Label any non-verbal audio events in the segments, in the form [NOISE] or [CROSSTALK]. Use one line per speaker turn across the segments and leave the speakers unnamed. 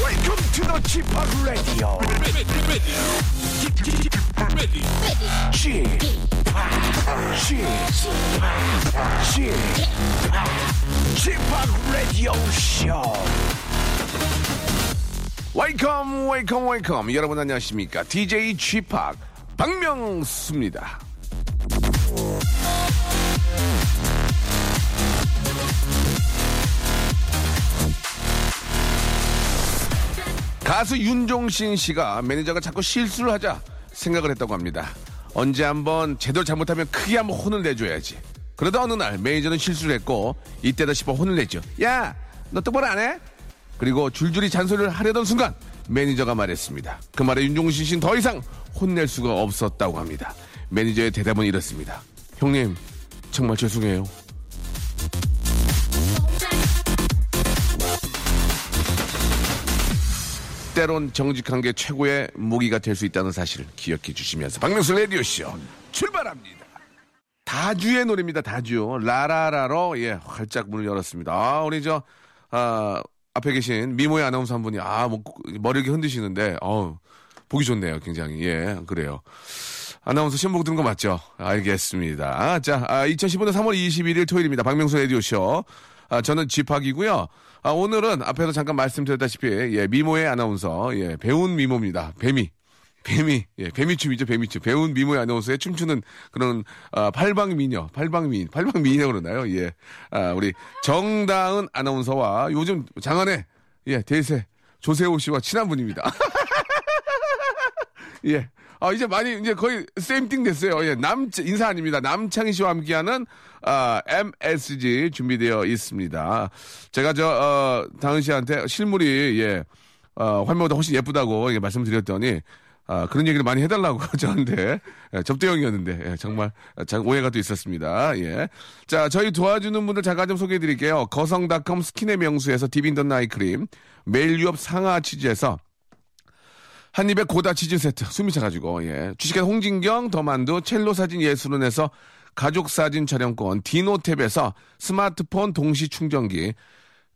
Welcome to the Chip Radio. Chip, Chip, Chip, Chip Radio Show. Welcome, welcome, welcome. 여러분 안녕하십니까? DJ Chip 박명수입니다. 가수 윤종신 씨가 매니저가 자꾸 실수를 하자 생각을 했다고 합니다. 언제 한번 제대로 잘못하면 크게 한번 혼을 내줘야지. 그러다 어느 날 매니저는 실수를 했고 이때다 싶어 혼을 냈죠. 야, 너 똑바로 안 해? 그리고 줄줄이 잔소리를 하려던 순간 매니저가 말했습니다. 그 말에 윤종신 씨는 더 이상 혼낼 수가 없었다고 합니다. 매니저의 대답은 이렇습니다. 형님, 정말 죄송해요. 때론 정직한 게 최고의 무기가 될 수 있다는 사실을 기억해 주시면서 박명수 레디오쇼 출발합니다. 다주의 노래입니다. 다주 라라라로 예 활짝 문을 열었습니다. 아 우리 저 아, 앞에 계신 미모의 아나운서 한 분이 아 뭐, 머리 이렇게 흔드시는데 어 보기 좋네요. 굉장히 예 그래요. 아나운서 시험 보고 들은 거 맞죠? 알겠습니다. 아, 자, 2015년 3월 21일 토요일입니다. 박명수 라디오쇼. 아, 저는 집학이고요. 아, 오늘은 앞에서 잠깐 말씀드렸다시피, 예, 미모의 아나운서, 예, 배운 미모입니다. 뱀이. 뱀이, 예, 뱀이춤이죠, 뱀이춤. 배운 미모의 아나운서의 춤추는 그런, 아, 팔방미녀, 팔방미인, 팔방미인이라고 그러나요? 예. 아, 우리 정다은 아나운서와 요즘 장안의, 예, 대세, 조세호 씨와 친한 분입니다. [LAUGHS] 예. 아, 이제 많이, 이제 거의 세임띵 됐어요. 예. 남, 인사 아닙니다. 남창희 씨와 함께하는, 아, MSG 준비되어 있습니다. 제가 저, 어, 당은 씨한테 실물이, 예, 어, 화면보다 훨씬 예쁘다고 예, 말씀드렸더니, 아, 그런 얘기를 많이 해달라고 [LAUGHS] 저한테 예, 접대형이었는데 예, 정말 자, 오해가 또 있었습니다. 예. 자, 저희 도와주는 분들 잠깐 좀 소개해드릴게요. 거성닷컴 스킨의 명수에서 디빈던 나이크림, 메일유업 상하 치즈에서 한입에 고다 치즈 세트 숨이 차가지고 예 주식회 홍진경 더만두 첼로 사진 예술원에서 가족 사진 촬영권 디노탭에서 스마트폰 동시 충전기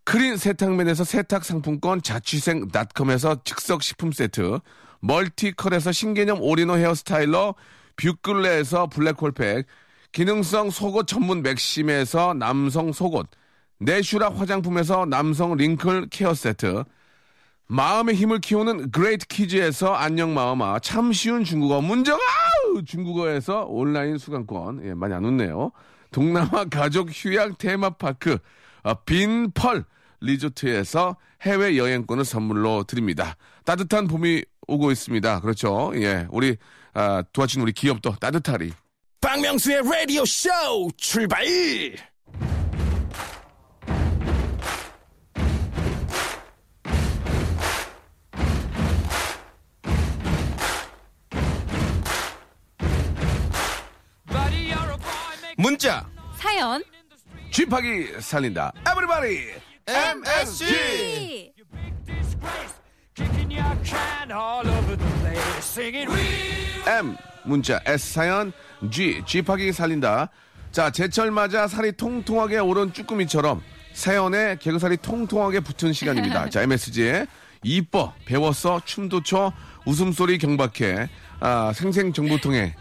크린 세탁면에서 세탁 상품권 자취생닷컴에서 즉석 식품 세트 멀티컬에서 신개념 올인원 헤어스타일러 뷰클레에서 블랙홀팩 기능성 속옷 전문 맥심에서 남성 속옷 내슈라 화장품에서 남성 링클 케어 세트 마음의 힘을 키우는 그레이트 키즈에서 안녕 마음아 참 쉬운 중국어 문정아 중국어에서 온라인 수강권 예, 많이 안 웃네요 동남아 가족 휴양 테마파크 아, 빈펄 리조트에서 해외 여행권을 선물로 드립니다 따뜻한 봄이 오고 있습니다 그렇죠 예 우리 아, 도와준 우리 기업도 따뜻하리
박명수의 라디오 쇼 출발! 문자
사연
쥐파기 살린다 에브리바디 MSG M 문자 S 사연 G 쥐파기 살린다 자 제철 맞아 살이 통통하게 오른 쭈꾸미처럼 사연에 개그살이 통통하게 붙은 [LAUGHS] 시간입니다 자 MSG의 이뻐 배웠어 춤도 춰 웃음소리 경박해 아, 생생정보통해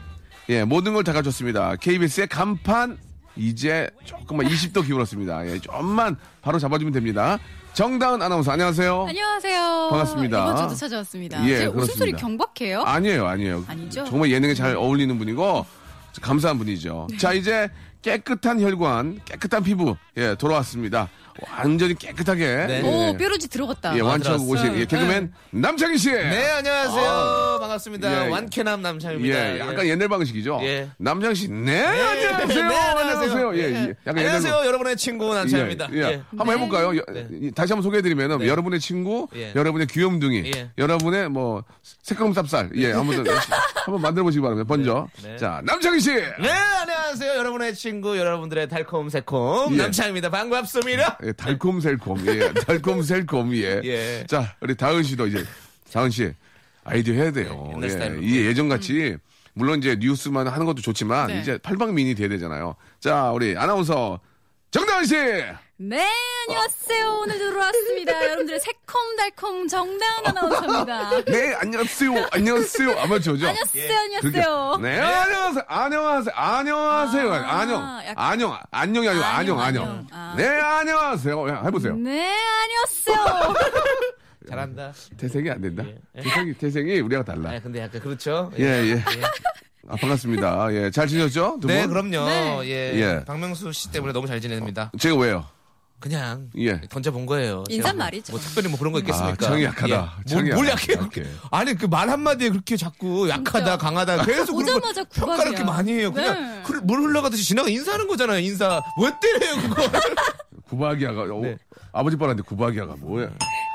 예 모든 걸 다 가졌습니다 KBS의 간판 이제 조금만 20도 기울었습니다 예 좀만 바로 잡아주면 됩니다 정다은 아나운서 안녕하세요
안녕하세요.
반갑습니다.
이번 주도 찾아왔습니다.
예,
제 웃음소리
그렇습니다.
경박해요?
아니에요, 아니에요.
어? 아니죠?
정말 예능에 잘 어울리는 분이고 감사한 분이죠. 자, 이제 깨끗한 혈관, 깨끗한 피부 예 돌아왔습니다. 완전히 깨끗하게
네. 아,
오
예,
뾰루지 들어갔다.
예, 완창하고
들어왔어요.
오신 예, 개그맨 남창희 씨.
네 안녕하세요 반갑습니다
예, 예.
완쾌남
예,
남창입니다
약간 옛날 방식이죠.
예.
남창희 씨, 네, 안녕하세요.
네,
안녕하세요. 예, 예, 약간 옛날
안녕하세요 여러분의 친구 남창입니다
예, 예.
예.
한번 해볼까요? 여- 이- 다시 한번 소개해드리면
네.
여러분의 친구,
예.
여러분의 귀염둥이,
예.
여러분의 뭐 새콤 쌉쌀, 예, 한번 더-
[LAUGHS]
한번 만들어보시기 바랍니다. 먼저
네.
자 남창희 씨,
네 안녕하세요 여러분의 친구 여러분들의 달콤 새콤
예.
남창입니다 반갑습니다
예, 달콤셀콤, 예, 달콤셀콤, 예.
[LAUGHS] 예.
자 우리 다은 씨도 이제 다은 씨 아이디어 해야 돼요.
예, 옛날 스타일로.
이 예전 같이. 물론 이제 뉴스만 하는 것도 좋지만
네.
이제 팔방민이 돼야 되잖아요. 자 우리 아나운서 정다은 씨.
네, 안녕하세요.
아. [LAUGHS]
오늘 들어왔습니다. 여러분들의 새콤달콤 정다은 아나운서입니다.
네, 안녕하세요. 안녕하세요. 아마추어죠?
예.
안녕하세요, 안녕하세요.
네, 안녕하세요. 안녕하세요. 안녕하세요.
아,
안녕.
약간-
안녕. 안녕이 아니고 안녕,
안녕,
안녕.
안녕. 아.
네, 안녕하세요. 야, 해보세요.
네, 안녕하세요. [LAUGHS]
예.
잘한다.
태생이 안 된다.
예. 예.
태생이, 태생이 우리가 달라.
아 근데 약간 그렇죠.
예, 예. 아, 반갑습니다. 예, 잘 지냈죠? 두
네,
분?
그럼요.
네.
예.
예.
박명수 씨 때문에 너무 잘 지냅니다.
제가 왜요?
그냥
예.
던져본 거예요. 제가
인사말이죠.
뭐 특별히 뭐 그런 거 있겠습니까?
아, 창이 약하다.
뭘,
창이
뭘
약하다.
약해요?
약해.
그렇게. 아니 그 말 한마디에 그렇게 자꾸 약하다
진짜.
강하다 계속 그런 걸
오자마자
평가를
구박이야.
그렇게 많이 해요. 그냥
네.
흘- 물 흘러가듯이 지나가 인사하는 거잖아요. 인사 왜 때려요 그거?
구박이야가, 어,
네.
아버지 뻔한데 구박이야가 뭐야.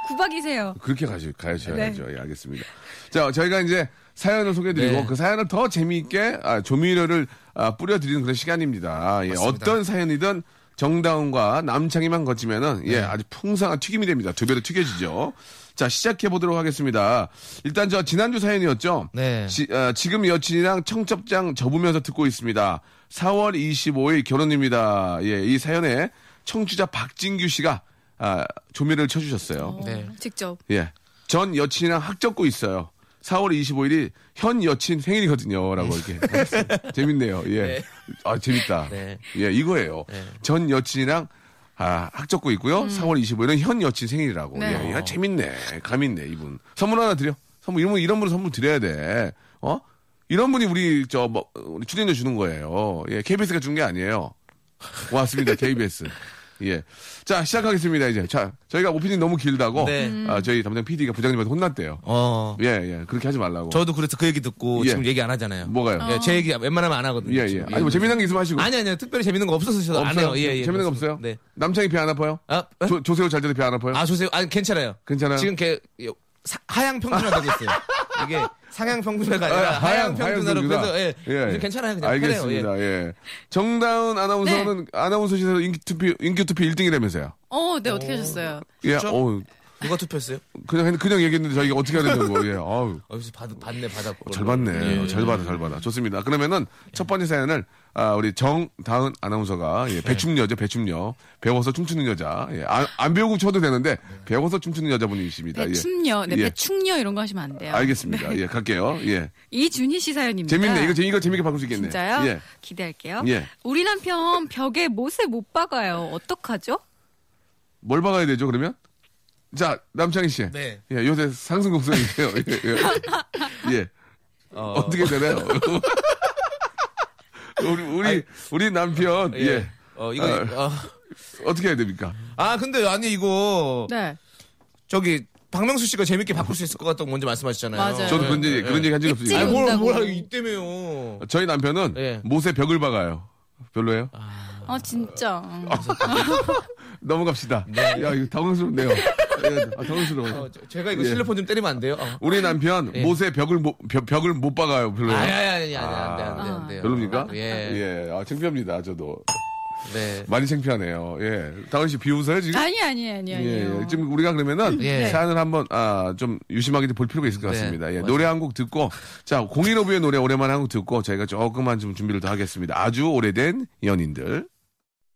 구박이세요.
그렇게 가시, 가셔야죠. 예, 알겠습니다. 자, 저희가 이제 사연을 소개해드리고
네.
그 사연을 더 재미있게 아, 조미료를 아, 뿌려드리는 그런 시간입니다. 예,
맞습니다.
어떤 사연이든 정다운과 남창희만 거치면은
네.
예, 아주 풍성한 튀김이 됩니다. 두 배로 튀겨지죠. 자, 시작해보도록 하겠습니다. 일단 저 지난주 사연이었죠.
네.
지, 어, 지금 여친이랑 청첩장 접으면서 듣고 있습니다. 4월 25일 결혼입니다. 예, 이 사연에 청취자 박진규 씨가 아, 조미를 쳐주셨어요.
네.
어, 직접.
예. 전 여친이랑 학 적고 있어요. 4월 25일이 현 여친 생일이거든요. 라고 이렇게. 하셨습니다. 재밌네요. 예.
네.
아, 재밌다.
네.
예, 이거예요.
네.
전 여친이랑 아, 학 적고 있고요. 4월 25일은 현 여친 생일이라고.
네.
예, 이거 재밌네. 감 있네, 이분. 선물 하나 드려. 선물, 이런 분, 이런 분 선물 드려야 돼. 어? 이런 분이 우리, 저, 뭐, 우리 출연료 주는 거예요. 예, KBS가 준 게 아니에요. 고맙습니다, KBS. 예. 자, 시작하겠습니다, 이제. 자, 저희가 오프닝 너무 길다고.
네. 음.
아, 저희 담당 PD가 부장님한테 혼났대요.
[LAUGHS] 어.
예, 예. 그렇게 하지 말라고.
저도 그래서 그 얘기 듣고
예.
지금 얘기 안 하잖아요.
뭐가요?
예, 제 얘기 웬만하면 안 하거든요.
예, 예.
지금. 예.
아니, 뭐 재미난 게 있으면 하시고.
아니 아니요 특별히 재밌는 거 없어서 저도 안 해요.
없어요?
예, 예,
재밌는 거
그렇습니다.
없어요?
네.
남창이 배 안 아파요?
아,
조, 조세호 잘 때도 배 안 아파요?
아 조세요. 아 괜찮아요.
괜찮아요?
지금 걔 요, 사- 하향 평준화 되고 있어요. 이게 상향 평준화가 아니라
아,
하향, 평준화로
평준화.
그래서 예,
예, 예.
괜찮아요 그냥 편해요.
알겠습니다. 예. 정다은
네.
아나운서는 아나운서 시에서 인기 투표 인기 투표 1등이라면서요.
어, 네, 어떻게 하셨어요?
예.
진짜?
어
예. 누가 투표했어요?
그냥 했- 그냥 얘기했는데 저희가 어떻게 해야 되는 거예요. 예. 아우.
[LAUGHS] 어디서 받, 받네 받았고
잘
예.
봤네. 잘 받아, 잘 받아. 좋습니다. 그러면은 첫 번째 사연을 아, 우리 정다은 아나운서가
네.
예, 배춤녀죠, 배춤녀. 배워서 춤추는 여자. 예, 안, 안 배우고 춰도 되는데 배워서 춤추는 여자분이십니다. 예.
배춤녀, 네,
예.
배충녀 이런 거 하시면 안 돼요. 네.
알겠습니다. 예, 갈게요. 예.
이준희 씨 사연입니다.
재밌네. 이거, 재- 이거 재밌게 바꿀 수 있겠네.
진짜요?
예.
기대할게요.
예.
우리 남편 벽에 못을 못 박아요. 어떡하죠?
뭘 박아야 되죠, 그러면? 자, 남창희 씨.
네.
예, 요새 상승 곡선이세요. 예, 예. 예. 어... 떻게 되나요? [LAUGHS] 우리, 우리, 우리 남편, 예.
어 이거
아.
어.
어떻게 해야 됩니까?
아 근데 아니 이거
네.
저기 박명수 씨가 재밌게 바꿀 수 있을 것 같다고 먼저 말씀하셨잖아요.
맞아요.
저도 그런 얘기,
예.
그런 얘기 한 적이
있지.
없어요.
아니
아이고,
뭘
온다고.
뭐라 이때매요.
저희 남편은
예.
못에 벽을 박아요. 별로예요?
아, 진짜. 음.
넘어갑시다. 야, 이거 당황스럽네요. 예, 아, 당황스러워.
네. 어, 저- 제가 이거
예.
실로폰 좀 때리면 안 돼요? 어.
우리 남편
예.
못에 벽을, 못- 벽, 벽을 못 박아요. 별로예요?
아니 아니 아니 아니 안돼
아.
안돼 안돼.
별로입니까?
예.
예. 아, 창피합니다, 저도.
네.
많이 창피하네요. 예. 다은 씨 비웃어요, 지금?
아니, 아니, 아니, 아니.
예,
요
예. 지금 우리가 그러면은
예.
사연을 한번 아, 좀 유심하게 좀 볼 필요가 있을 것
네,
같습니다. 예,
맞아요.
노래 한 곡 듣고 자, 015부의 노래 오랜만에 한 곡 듣고 저희가 조금만 좀 준비를 더 하겠습니다. 아주 오래된 연인들.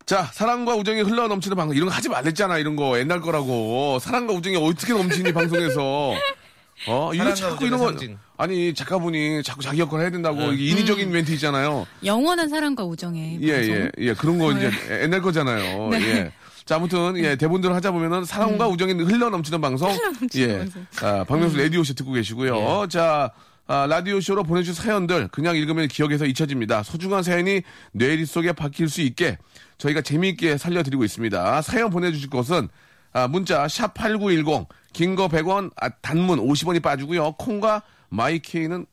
자, 사랑과 우정이 흘러 넘치는 방송 이런 거 하지 말랬잖아. 이런 거 옛날 거라고. 사랑과 우정이 어떻게 넘치니 방송에서. 어, 이거
사랑과
자꾸
우정의
이런 거
상징. 네.
아니, 작가분이 자꾸 자기 역할을 해야 된다고 이게
음.
인위적인 멘트 있잖아요.
영원한 사랑과 우정의
예,
방송.
예, 예. 그런 거 [LAUGHS] 이제 옛날 거잖아요. 예. 자, 아무튼, 예, 대본대로 하자 보면은 사랑과 우정이 네. 흘러 넘치는 방송.
[LAUGHS] 넘치는
예.
방송.
아,
음.
박명수 라디오쇼 듣고 계시고요.
예.
자, 아, 라디오쇼로 보내주신 사연들 그냥 읽으면 기억에서 잊혀집니다. 소중한 사연이 뇌리 속에 박힐 수 있게 저희가 재미있게 살려드리고 있습니다. 사연 보내주실 것은 아, 문자 샵 8910, 긴 거 100원, 아, 단문 50원이 빠지고요. 콩과 마이케이는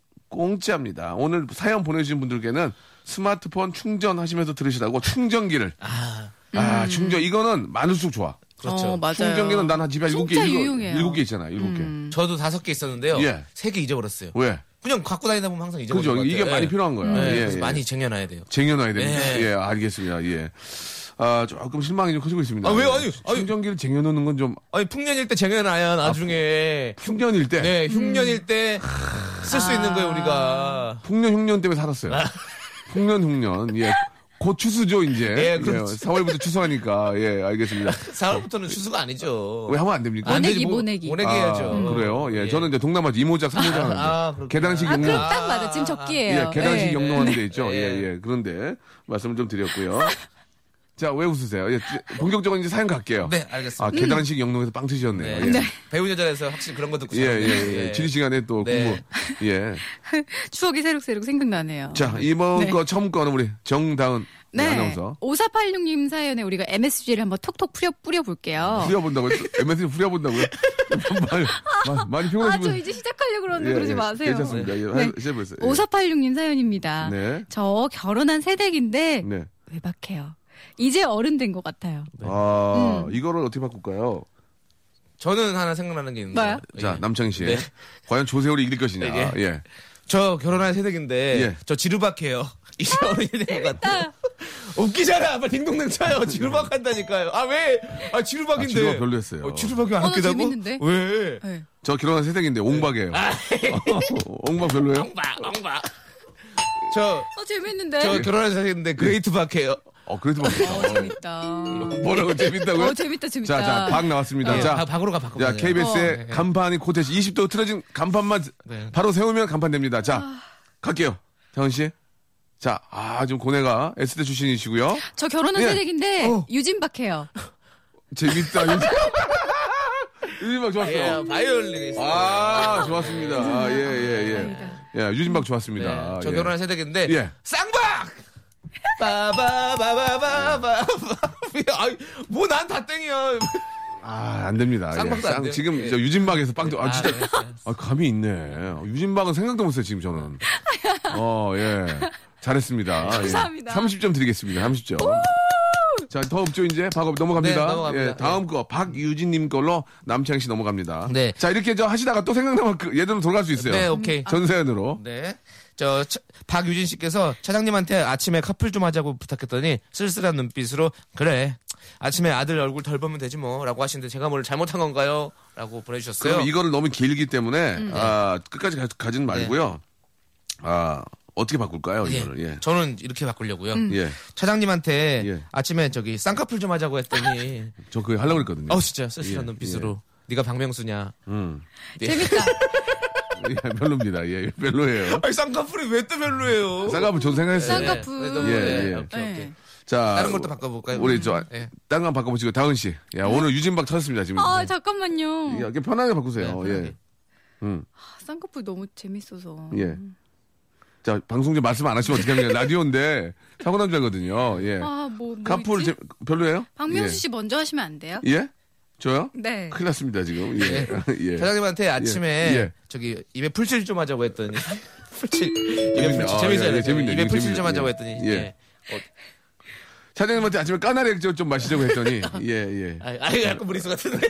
공짜입니다. 오늘 사연 보내주신 분들께는 스마트폰 충전하시면서 들으시라고 충전기를. 아, 충전. 이거는 많을수록 좋아.
그렇죠.
어, 음. 맞아요.
충전기는 난 한 집에 일곱 개,
진짜
일곱-
유용해요. 음.
일곱 개 있잖아, 일곱 개.
저도 다섯 개 있었는데요.
예.
세 개 잊어버렸어요.
왜?
그냥 갖고 다니다 보면 항상 잊어버리는
그죠?
것 같아요.
이게 많이
예.
필요한 거야.
예,
예,
그래서
예.
많이 쟁여놔야 돼요.
쟁여놔야 됩니다.
예.
예, 알겠습니다. 예. 아, 조금 실망이 좀 커지고 있습니다.
아, 왜요? 아니, 아니.
충전기를 쟁여놓는 건 좀
아니 풍년일 때 쟁여놔야 나중에
아, 풍년일 음. 때
네 흉년일 때 쓸 수 있는 거예요 우리가. 아.
풍년 흉년 때문에 살았어요. 풍년 흉년. 예. 곧 추수죠, 이제.
예, 그렇죠.
4월부터 추수하니까. 예, 알겠습니다.
4월부터는 추수가 아니죠.
왜 하면 안 됩니까?
안 되지,
모내기,
뭐,
모내기.
모내기
아,
해야죠.
그래요? 예,
예.
저는 이제 동남아 이모작, 삼모작 하는데.
아, 그렇구나.
계단식
아,
용로.
그럼 딱 맞아. 지금 적기예요.
예, 계단식
예.
영롱하는 데 있죠.
네.
예, 예. 그런데 말씀을 좀 드렸고요. 자, 왜 웃으세요? 예, 본격적으로 이제 사연 갈게요.
네, 알겠습니다.
아,
음.
계단식 영롱에서 빵
네.
트셨네요. 예.
배우 여자에서 확실히 그런 거 듣고
예,
살았네요.
예, 예. 지리 시간에 또
네.
공부. 예.
추억이 새록새록 생각나네요.
자, 이번
네.
거 처음 거는 우리 정다은 네. 아나운서.
5486님 사연에 우리가 MSG를 한번 톡톡 뿌려, 뿌려볼게요.
후려본다고요? MSG
[LAUGHS]
후려본다고요? 많이, 많이, 많이
아,
피곤하신
저
분.
이제 시작하려고 그러는데 그러지 마세요.
예, 괜찮습니다. 예,
네.
시작해보세요.
5486님 사연입니다.
네.
저 결혼한 새댁인데
네.
외박해요. 이제 어른 된 것 같아요.
아,
음.
이거를 어떻게 바꿀까요?
저는 하나 생각나는 게 있는데.
뭐요?
자,
예.
남창희 씨.
네.
과연 조세호를 이길 것이냐.
네.
예.
예.
저 결혼한 새댁인데
예.
저 지루박해요. [LAUGHS] 이제 어른이 된 것
[LAUGHS]
같아. 웃기잖아. 빨리 딩동댕 쳐요. 지루박 한다니까요. 아 왜? 아 지루박인데.
아, 지루박 별로였어요.
어, 지루박이 안
어, 나
웃기다고?
재밌는데?
왜?
네.
저 결혼한 새댁인데 옹박이에요.
아.
[LAUGHS] 옹박 별로예요?
엉박 엉박. 저.
어, 재밌는데?
저 결혼한
네.
새댁인데 그레이트 박해요.
어, 그래도
어,
막
재밌다.
뭐라고 재밌다고요?
어, 재밌다, 재밌다.
음.
네. 아,
자, 자, 박 나왔습니다.
예,
자,
박- 박으로 가 박으로.
자,
가요.
KBS의 간판이 코테시 20도 틀어진 간판만
네.
바로 세우면 간판 됩니다. 자, 갈게요. 태원 씨. 자, 아, 좀 고뇌가 S대 출신이시고요.
저 결혼한
예.
새댁인데
어.
유진박해요.
재밌다. 유진박
예,
좋았어요.
바이올린이스.
아, 좋았습니다. 아, 예, 예,
그러니까.
예. 예, 유진박
네,
좋았습니다.
저
예.
결혼한 새댁인데
예.
쌍박. 바바바바바바. [LAUGHS] 뭐난다 땡이야.
아, 안 됩니다. 예,
쌍박도 안 돼요.
지금
예.
저 유진박에서 빵도 아, 진짜
아, 네.
아, 감이 있네. 유진박은 생각도 못했어요, 지금
[LAUGHS]
저는. 어, 예. 잘했습니다. 예.
감사합니다.
30점 드리겠습니다. 30점. 자, 더 없죠, 이제? 박업 넘어갑니다.
네, 넘어갑니다.
예, 다음 거, 박유진님 걸로 남창희 씨 넘어갑니다.
네.
자, 이렇게 저 하시다가 또 생각나면 그, 예전으로 돌아갈 수 있어요.
네, 오케이.
전세연으로.
네. 저 차- 박유진 씨께서 차장님한테 아침에 커플 좀 하자고 부탁했더니 쓸쓸한 눈빛으로 그래 아침에 아들 얼굴 덜 보면 되지 뭐라고 하시는데 제가 뭘 잘못한 건가요? 라고 보내주셨어요. 음.
그럼 이거를 너무 길기 때문에, 아, 끝까지 가, 가진 말고요. 아, 어떻게 바꿀까요,
네. 예.
이거를? 예.
저는 이렇게 바꾸려고요.
예.
차장님한테
예.
아침에 저기 쌍꺼풀 좀
[LAUGHS]
하자고 했더니
저 그거 하려고 그랬거든요.
어 진짜 쓸쓸한
예, 음.
눈빛으로 네가 박명수냐?
[LAUGHS]
예.
재밌다.
예, 별로입니다. 예, 별로예요.
아니 쌍꺼풀이 왜 또 별로예요?
쌍꺼풀 전 생각했어요.
쌍꺼풀. 쌍꺼풀.
너무-
예,
네,
예.
오케이, 오케이.
네.
자,
다른 걸또 바꿔볼까요?
우리 저
예.
다른 거 한번 바꿔보시고 다은 씨, 야 오늘 유진박 찾았습니다 지금.
아, 잠깐만요.
음, 예. 이렇게 편하게 바꾸세요.
네,
예,
편하게.
아, 쌍꺼풀 너무 재밌어서.
예. 자 방송 좀 말씀 안 하시면 어떡합니까? 라디오인데 사고 남자거든요. 예.
아, 뭐, 뭐
카풀
있지?
제- 별로예요?
박명수 씨 먼저 하시면 안 돼요?
예. 그 예? 저요?
네.
큰일 났습니다 지금. 예. [LAUGHS] 예.
사장님한테 아침에
예.
저기 입에 풀칠 좀 하자고 했더니 [LAUGHS] 풀칠 입에
재밌네.
풀칠
아,
재밌어요.
예, 예, 재밌네.
입에
이거
풀칠
재밌네.
좀 하자고
예. 예.
했더니 예.
사장님한테 아침에 까나리 액젓 좀 마시자고 했더니 예 [LAUGHS]
[LAUGHS]
예.
아, 아 이거 약간
[LAUGHS]
무리수 같은데.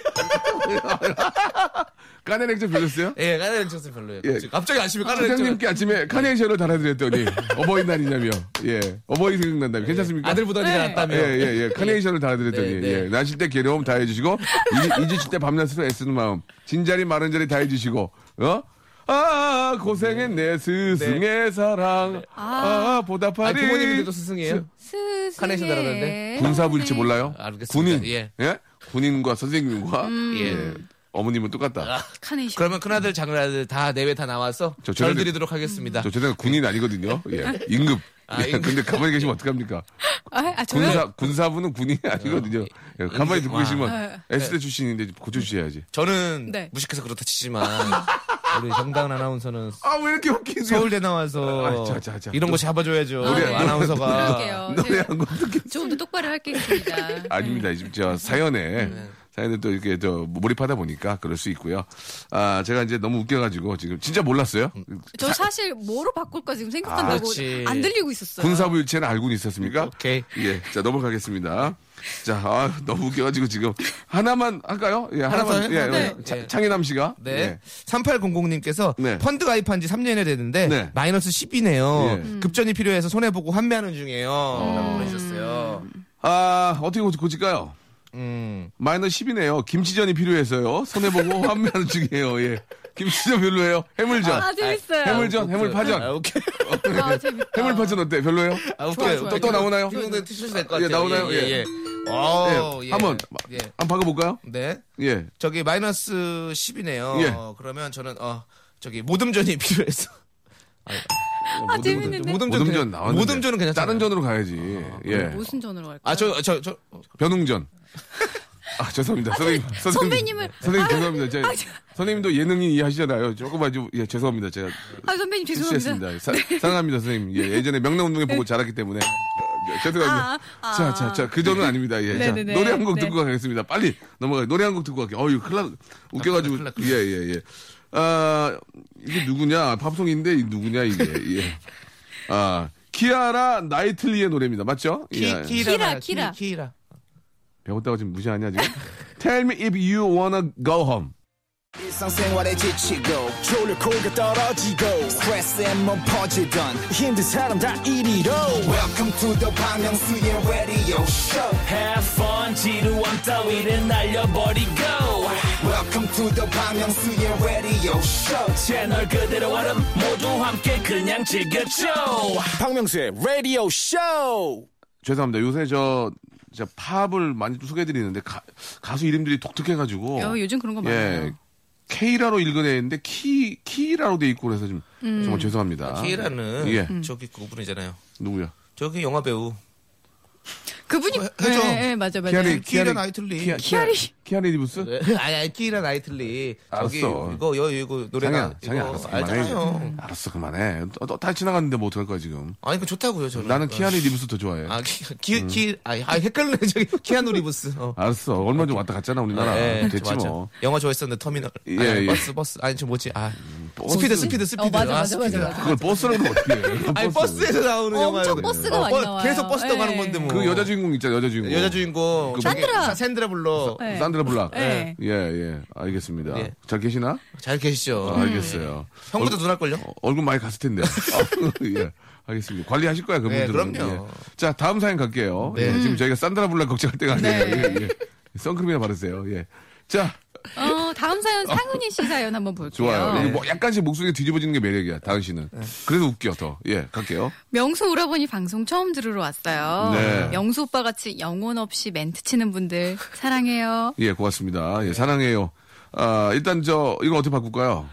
까나리 액젓 별로였어요?
예, 까는 척은 별로예요.
예.
갑자기 아침에 까는 척.
사장님께 아침에 카네이션을
[LAUGHS]
달아드렸더니 어버이날이냐며 예 어버이 생각난다며 괜찮습니까?
아들보다
네.
네. 낫다며.
예, 예, 예. 카네이션을 달아드렸더니,
네, 네.
예. 나실 때 괴로움 다 해주시고, 잊- 잊으실 때 밤낮으로 애쓰는 마음, 진자리 마른 자리 다 해주시고, 어? 아, 고생의 내 스승의 사랑. 아, 보답하리.
네. 아니, 부모님인데도 스승이에요.
스승의
카네이션 달았는데?
네.
군사부일치 몰라요?
알겠습니다.
군인.
예.
군인과 선생님과, 예.
예. 아.
어머님은 똑같다.
카네이션.
그러면 큰아들, 작은아들 다 내외 다 나와서
저
절
저녁에-
드리도록 하겠습니다.
저 죄송해요. 군인 아니거든요. 예.
[LAUGHS]
임금.
아,
예,
임금.
근데 가만히 계시면 어떡합니까?
아, 아, 저요?
군사, 군사부는 군인이 네. 아니거든요. 네. 예, 가만히 듣고
와.
계시면 S대 출신인데 고쳐주셔야지.
저는
네.
무식해서 그렇다 치지만 [LAUGHS] 우리 정다은 아나운서는
아, 왜 이렇게 웃기지?
서울대 나와서
아, 자, 자, 자.
이런 거 잡아줘야죠.
노래-
네. 아나운서가
그럴게요.
노래
제가
한곡 듣게.
조금 더 똑바로 할겠습니다.
네. [LAUGHS] 아닙니다. 지금 저 사연에 사연에 또 이렇게 또 몰입하다 보니까 그럴 수 있고요. 아 제가 이제 너무 웃겨가지고 지금 진짜 몰랐어요.
저 사실 뭐로 바꿀까 지금 생각한다고
아, 그렇지.
안 들리고 있었어요.
군사부 일체는 알고 있었습니까?
오케이.
예, 자 넘어가겠습니다. 자, 아, 너무 웃겨가지고 지금 하나만 할까요? 예, 하나만.
더
예,
해요? 네.
예. 차-
예.
창희남 씨가.
네.
예.
3800님께서
네.
펀드 가입한 지 3년이 됐는데
네.
마이너스 10이네요.
예.
급전이 필요해서 손해 보고 환매하는 중이에요. 라고 보내셨어요.
아 어떻게 고- 고칠까요?
음.
[LAUGHS]
마이너스 10이네요. 김치전이 필요해서요. 손해보고 환매하는 중이에요. 예. 김치전 별로예요? 해물전.
아, 재밌어요.
해물전, 해물파전.
아, 오케이.
아, 재밌다.
해물파전 어때? 별로예요?
아, 오케이.
좋아,
또, 또 나오나요?
딩동댕 티셔츠 될것
예,
같아요.
나오나요?
예,
예.
예. 예.
어,
오,
예.
예.
한번,
예.
한번 박아볼까요?
네.
예.
저기 마이너스 10이네요.
예.
그러면 저는 어 저기 모듬전이 [LAUGHS] 필요해서
뭐,
아, 재밌는데. 어,
모듬전
그냥-
나왔는데.
모듬전은
뭐.
그냥
다른 전으로 가야지. 예.
네. 무슨 전으로 갈까요?
아저 저 저
변웅전. 아, 죄송합니다. 선생님,
선배님을-
선생님,
아,
죄송합니다. 제가,
아, 저-
선생님도 예능인 이해하시잖아요. 조금만 좀, 예, 죄송합니다. 제가
아, 선배님 죄송합니다. 네.
실수했습니다. 사, 사랑합니다, 선생님. 예, 예전에 명랑운동회 보고 자랐기 때문에. 예, 죄송합니다.
아, 아.
자, 자, 자, 그 전은 아닙니다. 예. 자,
네네네.
노래 한 곡
네.
듣고 가겠습니다. 빨리 넘어가요. 노래 한 곡 듣고 갈게요. 어유, 큰일 나, 웃겨가지고.
큰일 나,
예, 예, 예. 아, 이게 누구냐? 팝송인데, 이 누구냐, 이게. 예. 아, 키아라 나이틀리의 노래입니다. 맞죠? 예.
키라,
키라
키라.
키- 키라.
배웠다고 지금 무시하냐, 지금? Tell me if you wanna go home.
일상생활에 지치고, 졸려 코가 떨어지고, 스트레스에 몸 퍼지던, 힘든 사람 다 이리로. welcome to the Bang Myung-soo's radio show
Have fun 지루한 따위를 날려버리고
welcome to the Bang Myung-soo's radio show
채널 그대로 와름 모두 함께 그냥 즐겨줘
박명수의 radio show
죄송합니다. 요새 저, 진짜 팝을 많이 좀 소개해드리는데, 가, 가수 이름들이 독특해가지고.
어, 요즘 그런 거 많아요.
예. K라로 읽은 애인데 키 키라로 돼 있고 그래서 좀
음.
정말 죄송합니다.
아, 키라는
예
저기 그분이잖아요.
누구야?
저기 영화 배우 [LAUGHS]
그분이
어,
해줘.
예, 예, 맞아, 맞아.
키아리
키아리 나이틀리.
키아리.
키아리 리브스?
아니, 아니 키라 나이틀리 저기
알았어.
이거 여 이거 노래가
장이야 장이야
이거
알았어 그만해.
알잖아요.
알았어 그만해. 또, 또, 다 지나갔는데 뭐 어떡할 거야 지금?
아니 그 좋다고요 저는.
나는 키아리 음. 리브스 더 좋아해.
아키키아 헷갈려 [LAUGHS] 저기 키아누 리브스. 어.
알았어 얼마 전에 왔다 갔잖아 우리나라
예,
됐지
맞아.
뭐.
영화 좋아했었는데 터미널.
예,
아니,
예. 음.
버스 버스 아니 저 뭐지 아 스피드 스피드 스피드.
어, 맞아,
아,
맞아, 맞아,
스피드.
맞아.
그걸 버스라고 어떻게 해? 그걸
[LAUGHS] 아니
버스.
버스에서 나오는 영화.
엄청 버스가 많이 나와요.
계속 버스 타고 가는
예.
건데 뭐. 예.
그 여자 주인공 있잖아 여자 주인공.
여자 주인공.
그
저기
산드라.
사- 산드라 불러.
예.
산드라 블락.
예.
예 예. 알겠습니다.
예.
잘 계시나?
음.
잘 계시죠.
아, 알겠어요.
형보다 누날 걸요?
어, [LAUGHS] 얼굴 많이 갔을
[LAUGHS]
텐데. 예. 알겠습니다. 관리하실 거야,
네,
그분들은.
그럼요.
예. 자, 다음 사연 갈게요.
네.
예, 지금 저희가 산드라 블락 걱정할 때가 아니에요. 예, 예. 선크림이나 바르세요. 예. 자,
어, 다음 사연 상은이 씨 사연 한번 볼게요.
좋아요. 이게
네.
뭐 약간씩 목소리가 뒤집어지는 게 매력이야, 다은 씨는. 그래서 웃겨, 더. 예, 갈게요.
명수 오라버니 방송 처음 들으러 왔어요.
네.
영수 오빠 같이 영혼 없이 멘트 치는 분들 사랑해요.
예, 고맙습니다.
네.
예, 사랑해요. 아, 일단 저, 이걸 어떻게 바꿀까요?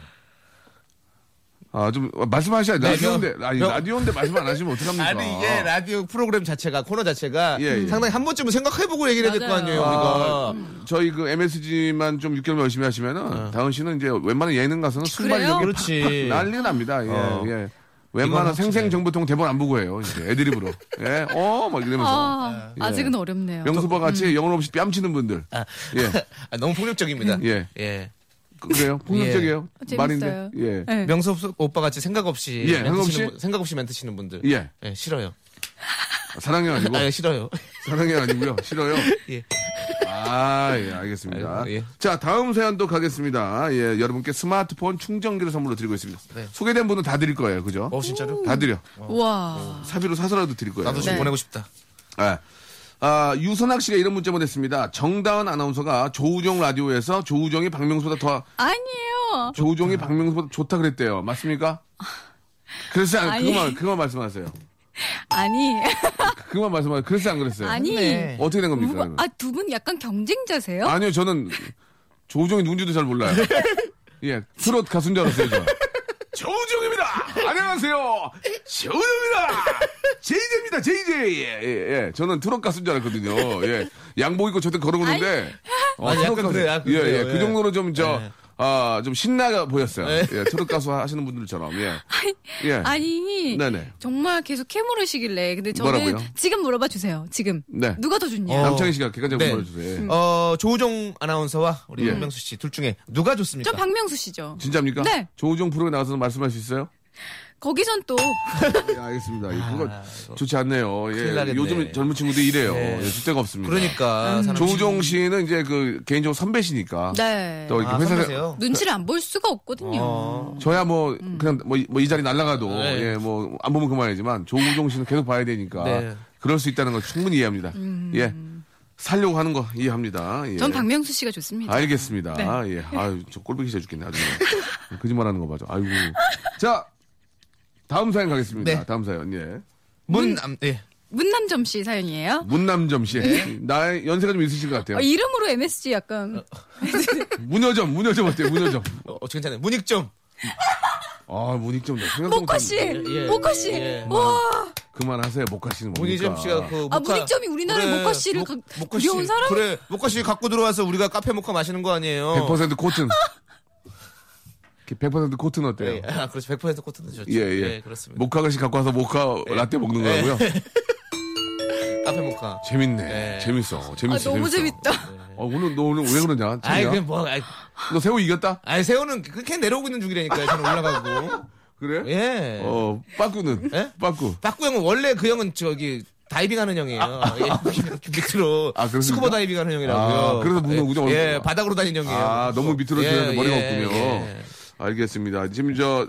아, 좀, 말씀하셔야 돼.
네,
라디오인데,
형.
아니,
형.
라디오인데 말씀 안 하시면 어떡합니까?
아니 이게 라디오 프로그램 자체가 코너 자체가
예, 예.
상당히 한 번쯤은 생각해보고 얘기를 해야 될 거 아니에요
아,
우리가
저희 그 MSG만 좀 6개월 만 열심히 하시면은 다은 씨는 이제 웬만한 예능 가서는 순발
그래요?
력이
어. 그렇지
난리가 납니다. 예,
어.
예. 웬만한
이건 확실해.
생생 정보통 대본 안 보고 해요. 이제 애드립으로. 예, 어, 막 이러면서.
아, 아직은 어렵네요.
예. 명수바 같이
음.
영혼 없이 뺨치는 분들. 예,
[LAUGHS] 아, 너무 폭력적입니다
예.
예.
그- 그래요? 폭력적이에요?
아, 재밌어요.
말인데. 예.
네.
명수 옵- 오빠 같이 생각 없이
예,
멘트
생각 없이?
치는 분- 생각 없이 멘트 치는 분들
예.
싫어요
사랑해 아니고.
아 [LAUGHS] 싫어요
사랑해 아니고요.
[LAUGHS]
싫어요.
예.
아, 예, 알겠습니다.
아이고, 예.
자, 다음 사연도 가겠습니다. 예, 여러분께 스마트폰 충전기를 선물로 드리고 있습니다.
네.
소개된 분은 다 드릴 거예요. 그죠?
어 진짜로
다 드려.
와.
사비로 사서라도 드릴 거예요.
나도 좀
네.
보내고 싶다
예. 아, 유선학 씨가 이런 문자 보냈습니다. 정다은 아나운서가 조우종 라디오에서 조우종이 박명수보다 더
아니에요.
조우종이 박명수보다 좋다 그랬대요. 맞습니까? 그래서 안,
아니.
그만 그만 말씀하세요.
아니.
네. 그만 말씀하세요. 그래서 안 그랬어요.
아니.
네.
어떻게 된 겁니까?
아, 두 분 약간 경쟁자세요?
니요 저는 조우종이 누군지도 잘
[LAUGHS]
몰라요. 예, 트롯 가수인 줄 알았어요, 저. 조우종입니다! 안녕하세요! 조우종입니다! 제이제입니다, 제이제! 예, 예, 예. 저는 트롯 가수인 줄 알았거든요. 예. 양복 입고 저때 걸어오는데. 어,
아니,
트롯
약간
가수.
그래요, 약간
예, 예.
그래요,
그
예.
정도로 좀 저, 아, 좀 신나가 보였어요.
네.
예, 트롯 가수 하시는 분들처럼,
[LAUGHS]
예. 예.
아니.
네네.
정말 계속 캐물으시길래. 근데 저는
뭐라고요?
지금 물어봐 주세요. 지금.
네.
누가 더 좋냐?
어.
남창희 씨가 객관적으로
네.
말해주세요. 예.
어 조우종 아나운서와 우리
예.
박명수 씨 둘 중에 누가 좋습니까
저 박명수 씨죠.
진짜입니까?
네.
조우종 프로에 나와서 말씀할 수 있어요?
거기선 또
예, 알겠습니다. 그거 좋지 않네요.
아, 큰일
예,
나겠네.
요즘 젊은 친구들이 이래요.
예.
예, 줄 데가 없습니다.
그러니까
음.
사람
조우종 씨는 이제 그 개인적으로 선배시니까
네.
또 이렇게
아,
회사
선배세요
눈치를 안 볼 수가 없거든요.
어.
저야 뭐
음.
그냥 뭐 이 자리 날라가도
네.
예, 뭐 안 보면 그만이지만 조우종 씨는 계속 봐야 되니까
네.
그럴 수 있다는 걸 충분히 이해합니다. 예. 살려고 하는 거 이해합니다. 예.
음. 전 박명수 씨가 좋습니다.
알겠습니다.
네.
아, 예. 아유, 저 꼴보기 싫어 죽겠네, 아주. 거짓말 하는 거 봐줘. 아이고. 자, 다음 사연 가겠습니다.
네.
다음 사연, 예.
문, 남, 예.
문남점 씨
음,
사연이에요.
문남점 씨. 나의 연세가 좀 있으실 것 같아요.
예. 어, 이름으로 MSG
어,
약간
문여점, 문여점 어때요, 문여점?
어, 어, 괜찮아요. 문익점.
아, 문익점. 나 생각도
모카
못한
씨,
예,
모카 씨,
예.
와,
그만하세요, 목가 씨는 뭡니까?
문익점 씨가 그.
아, 문익점이 우리나라의 모카 씨를 가- 들여온 사람?
그래. 모카 씨 갖고 들어와서 우리가 카페 모카 마시는 거 아니에요.
100% 코튼. 100% 코튼 어때요?
예, 아, 그렇죠. 100% 코트는 좋죠.
예, 예.
그렇습니다. 예.
모카가 씨 갖고 와서 모카 라떼 먹는 거고요.
카페 모카.
재밌네.
예.
재밌어.
아,
재밌어.
너무
재밌어.
재밌다.
어, 오늘 너 오늘 왜 그러냐?
아이,
참이야.
그 뭐, 아이,
너 새우 이겼다?
아이, 새우는 그렇게 내려오고 있는 중이라니까요. 저는 올라가고.
그래?
예.
어, 빠꾸는?
예?
빠꾸.
빠꾸 형은 원래 그 형은 저기 다이빙하는 형이에요. 예, [LAUGHS] 밑으로
아, 그렇습니까?
스쿠버 다이빙하는
아,
형이라고요.
그래서 무슨 우정 얼굴이구나.
예, 예, 바닥으로 다니는 형이에요.
아, 너무 밑으로
예,
들어서 머리가
예,
없군요.
예.
알겠습니다. 지금 저,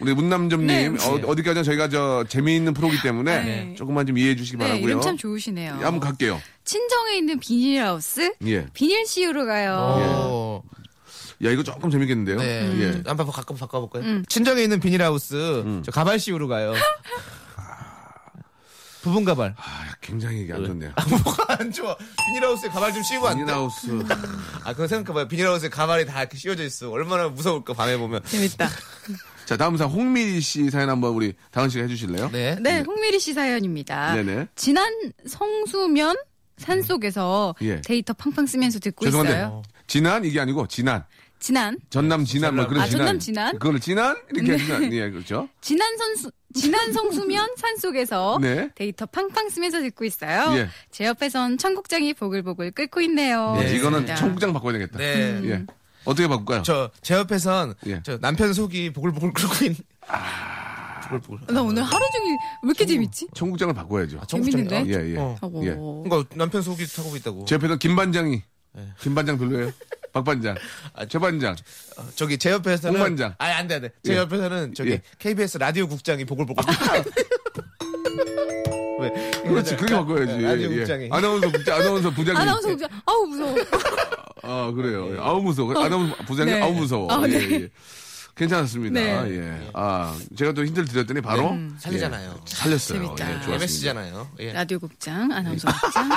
우리 문남점님,
네.
어, 어디까지나 저희가 저, 재미있는 프로기 때문에
네.
조금만 좀 이해해 주시기
네,
바라고요 예,
이름 참 좋으시네요.
한번 갈게요.
친정에 있는 비닐하우스,
예. 어.
비닐 CU로 가요. 예,
오.
야, 이거 조금 재밌겠는데요?
네.
예.
어,
음.
음.
한번 바꿔 바꿔볼까요? 친정에 있는 비닐하우스 저 가발 씌우러 가요. 부분 가발. [LAUGHS]
아, 굉장히 이게 안 좋네요.
아, 뭐가 안 좋아. 비닐하우스에 가발 좀 씌우고 안 돼.
비닐하우스.
아 그거 생각해봐요. 비닐하우스에 가발이 다 이렇게 씌워져 있어. 얼마나 무서울까 밤에 보면.
재밌다.
자, 다음 사연, 홍미리 씨 사연 한번 우리 다은 씨가 해주실래요?
네.
네, 홍미리 씨 사연입니다.
네네.
지난 성수면 산 속에서
예.
데이터 팡팡 쓰면서 듣고
죄송한데,
있어요.
지난? 이게 아니고, 지난.
지난
네.
전남 지난, 뭐, 그런
아, 전남 지난? 네.
그걸 지난? 이렇게 해주면, 예, 그렇죠.
지난 선수 지난
[LAUGHS]
성수면 산 속에서
네.
데이터 팡팡 쓰면서 듣고 있어요.
예.
제 옆에선 청국장이 보글보글 끓고 있네요.
네, 이거는
좋습니다.
청국장 바꿔야 되겠다.
네.
예. 어떻게 바꿀까요?
저 제 옆에선
예.
저 남편 속이 보글보글 끓고 있는.
아.
보글보글.
나 오늘 하루 종일 왜 이렇게 재밌지?
청국장을 바꿔야죠.
재밌는데?
예, 예.
어.
하고
예.
그러니까 남편 속이 타고 있다고.
제 옆에는 김반장이. 김반장 별로예요? 박반장. 최반장.
어, 아, 저기 제 옆에서는
홍반장.
아니 안돼 안돼. 제
예.
옆에서는 저기
예. 아.
KBS 라디오 국장이 보글보글.
[LAUGHS]
왜?
그렇지, 그렇게 바꿔야지. 예,
라디오
예.
국장이.
아나운서 국장, 아나운서 부장님.
아나운서 국장
예.
아우 무서워. [LAUGHS]
아, 그래요. 예. 아우, 무서워. 아나운서 부장님,
네.
아우, 무서워.
아,
예,
네.
예. 괜찮았습니다.
네.
아, 예. 아, 제가 또 힌트를 드렸더니 바로. 예,
음, 살리잖아요.
살렸어요.
재밌다.
예, 좋았습니다.
MS잖아요. 예.
라디오 국장 아나운서
예.
국장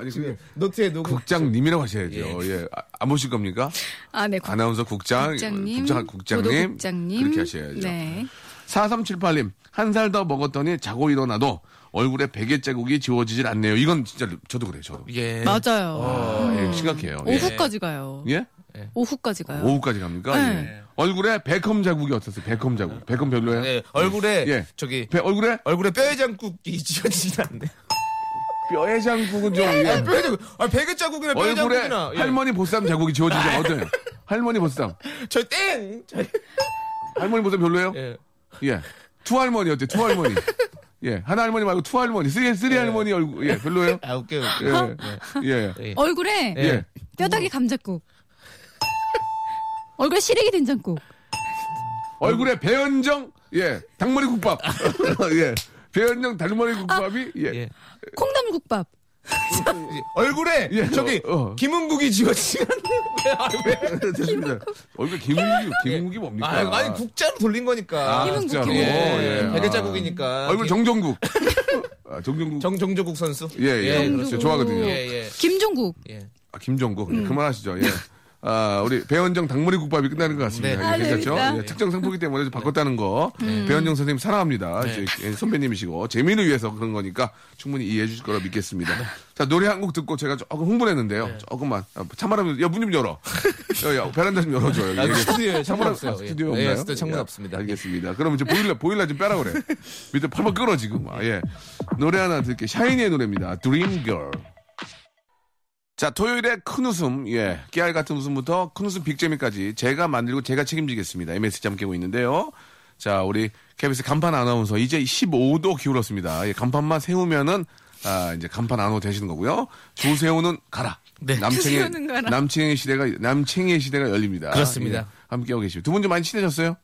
아니, 근데
노트에 누구?
그- 국장님이라고 하셔야죠. 예. 아, 안 보실 겁니까?
아네
아나운서 국장,
국장님,
국장, 국장님,
국장님
그렇게 하셔야죠.
네.
4378님, 한 살 더 먹었더니 자고 일어나도 얼굴에 베개 자국이 지워지질 않네요. 이건 진짜 저도 그래요, 저도.
예.
맞아요.
아, 예, 심각해요. 예.
오후까지 가요.
예?
오후까지 가요.
오후까지 갑니까?
네.
예. 얼굴에 베컴 자국이 어땠어요? 베컴 자국. 베컴 별로예요?
예. 얼굴에
예.
저기
배- 얼굴에
얼굴에 뼈의 장국이 [LAUGHS] 지어지진 않네.
뼈의 자국은 좀. 예.
아니, 뼈의 자국. 아 베개 자국이나 네. 뼈의
얼굴에
자국이나. 예.
할머니 보쌈 자국이 지워지지 않아요. 할머니 보쌈.
저 땡. 저-
할머니 보쌈 별로예요?
예.
예. 투 할머니 어때? 투 할머니. 예. 하나 할머니 말고 투 할머니. 쓰리, 쓰리
네.
할머니 얼굴. 예. 별로예요?
아 웃겨 웃겨.
예. 예.
얼굴에
예. 예.
뼈다귀 감자국. 얼굴에 시래기 된장국.
얼굴에 배현정 예 당머리
[LAUGHS]
국밥 예 배현정 당머리 국밥이 예,
예.
콩나물국밥.
얼굴에
예,
저기
어, 어.
김은국이 [LAUGHS] 지어지지 않네. 왜?
[LAUGHS]
왜?
됐습니다 얼굴 김웅기 김웅기 뭡니까 그러니까.
아, 아니 국자로 돌린 거니까.
아,
김은국,
진짜로.
예,
김은국.
예.
베개
아.
자국이니까.
얼굴
[LAUGHS]
정정국 아, 정정국
정 정조국 선수.
예, 예.
그렇죠.
그렇죠. 좋아하거든요.
예, 예.
김종국.
예.
아, 김정국 예, 그만하시죠 예. 아, 우리 배현정 당머리 국밥이 끝나는 것 같습니다. 예,
네.
아,
괜찮죠?
재밌다.
예, 특정 상품이기 때문에 좀 바꿨다는 거. 배현정 선생님 사랑합니다. 이제 예, 선배님이시고. 재미를 위해서 그런 거니까 충분히 이해해 주실 거라 믿겠습니다. 자, 노래 한 곡 듣고 제가 조금 흥분했는데요. 조금만. 아, 참아라면, 야, 문 좀 열어. 야, 야, 베란다 좀 열어줘요.
아,
예, 예.
스튜디오에 창문
참아라-
없어요.
아, 스튜디오
예.
없나요?
예, 스튜디오 창문
예,
없습니다.
알겠습니다. 그러면 이제 보일러, 보일러 좀 빼라 그래. 밑에 팔팔 끌어, 지금. 아, 예. 노래 하나 들을게요. 샤이니의 노래입니다. 드림걸. 자, 토요일에 큰 웃음, 예, 깨알 같은 웃음부터 큰 웃음 빅재미까지 제가 만들고 제가 책임지겠습니다. MSG 잠깨고 있는데요. 자, 우리 KBS 간판 아나운서 이제 15도 기울었습니다. 예, 간판만 세우면은 아, 이제 간판 아나운서 되시는 거고요. 조세호는 가라.
네.
조세호는 가라.
남창의 시대가 남창의 시대가 열립니다. 예.
그렇습니다.
함께하고 계십니다. 두 분 좀 많이 친해졌어요?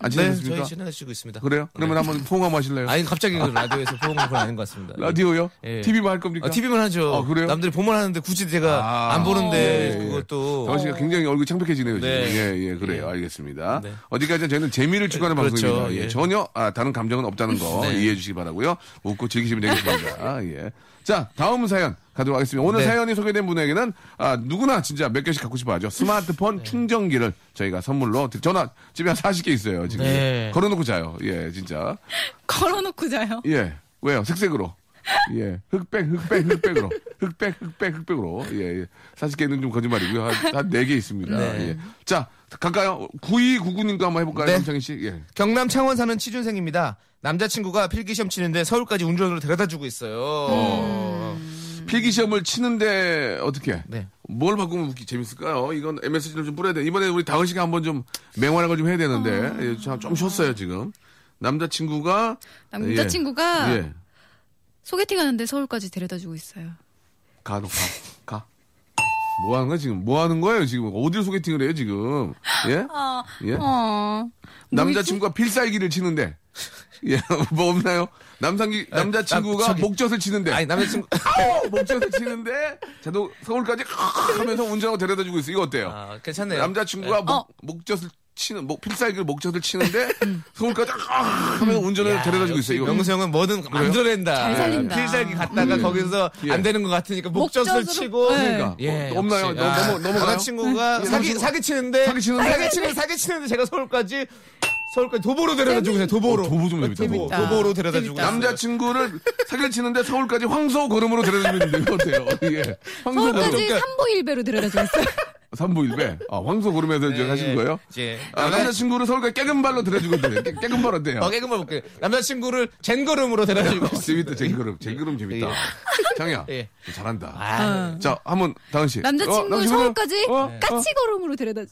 안
네,
친해졌습니까?
저희 친해지고 있습니다.
그래요? 그러면 한번 통화 한번 하실래요?
아니 갑자기 그 라디오에서 보험 그건 아닌 것 같습니다.
라디오요?
예.
TV만 뭐 할 겁니까?
아, TV만 하죠.
아, 그래요?
남들이 보면 하는데 굳이 제가
아.
안 보는데
예, 예.
그것도
정원 씨가 굉장히 얼굴 창백해지네요.
네.
지금. 예, 예, 그래요. 알겠습니다.
네.
어디까지나 저희는 재미를 추구하는
그렇죠.
방송입니다. 예,
예.
전혀 아, 다른 감정은 없다는 거
네.
이해해 주시기 바라고요. 웃고 즐기시면 되겠습니다.
[LAUGHS]
아, 예. 자, 다음 사연 가도록 하겠습니다. 오늘
네.
사연이 소개된 분에게는 아, 누구나 진짜 몇 개씩 갖고 싶어 하죠.
네.
스마트폰 충전기를 저희가 선물로 드- 전화 집에 한 40개 있어요. 지금.
네.
걸어놓고 자요. 예, 진짜.
걸어놓고 [LAUGHS] 자요.
예. 왜요? 색색으로. 예. 흑백, 흑백, 흑백으로. 흑백, 흑백, 흑백으로. 예. 예. 40개는 좀 거짓말이고요. 한, 한 4개 있습니다.
네.
예. 자, 갈까요? 9299님과 한번 해볼까요?
네.
남창희 씨? 예.
경남 창원 사는 취준생입니다. 남자친구가 필기시험 치는데 서울까지 운전으로 데려다 주고 있어요.
음. 필기시험을 치는데, 어떻게?
네.
뭘 바꾸면 웃기- 재밌을까요? 이건 MSG를 좀 뿌려야 돼. 이번에 우리 다은 씨가 한번 좀 맹활약을 좀 해야 되는데,
어.
예, 참- 좀 쉬었어요, 지금. 남자친구가.
남자친구가
예. 예.
소개팅 하는데 서울까지 데려다주고 있어요.
가, 너 가, 가. 뭐 하는 거야, 지금? 뭐 하는 거예요, 지금? 어디로 소개팅을 해요, 지금? 예?
아,
어,
예?
어.
남자친구가 필살기를 치는데. 예, [LAUGHS] 뭐 없나요? 남상기, 남자친구가
남- 아, 저기-
목젖을 치는데.
아니 남자친구
[LAUGHS] 아우! 목젖을 치는데. 자도 서울까지 하면서 운전하고 데려다 주고 있어. 이거 어때요?
아, 괜찮네요.
남자친구가 목,
어.
목젖을 치는, 목, 필살기를 목젖을
[LAUGHS]
치는데. 서울까지 하면서 운전을
음. 야,
데려다 주고
역시
있어. 이거.
명수 형은 뭐든 만들어낸다.
잘 살린다.
필살기 갔다가
음.
거기서
예.
안 되는 것 같으니까 목젖을
목젖으로-
치고
네.
그러니까.
예,
어, 없나요?
역시.
넘-
아,
넘어- 넘어가요?
남자친구가
예,
사기
남자친구-
사기 치는데
사기 치는데?
사기 치는 사기 치는데 제가 서울까지 서울까지 도보로 데려다 주고 있어요. 도보로.
어, 도보 좀 재밌다, 도보.
도보, 도보로 데려다 주고
재밌다.
있어요.
남자친구를 사기를 치는데 서울까지 황소 걸음으로 데려다 주면 되는데 이거 어때요? [LAUGHS] 예. 황소 걸음.
뭐 서울까지 삼보일배로
[LAUGHS]
데려다주고 있어요.
삼보일배. 아, 황소 걸음에서 이제
예,
하신
예.
거예요?
예.
아, 남자친구를 서울까지 깨금 발로 데려주고 있대요. 깨- 깨금 발 어때요?
어, 깨금만 볼게요. 남자친구를 젠걸음으로 데려다 주고 있어요.
재밌다, 쟁그름. 쟁그름 재밌다.
예.
장이야.
예.
잘한다.
아,
자, 한번 다은 씨.
남자친구
어,
서울까지
어, 어.
까치 걸음으로 데려다주.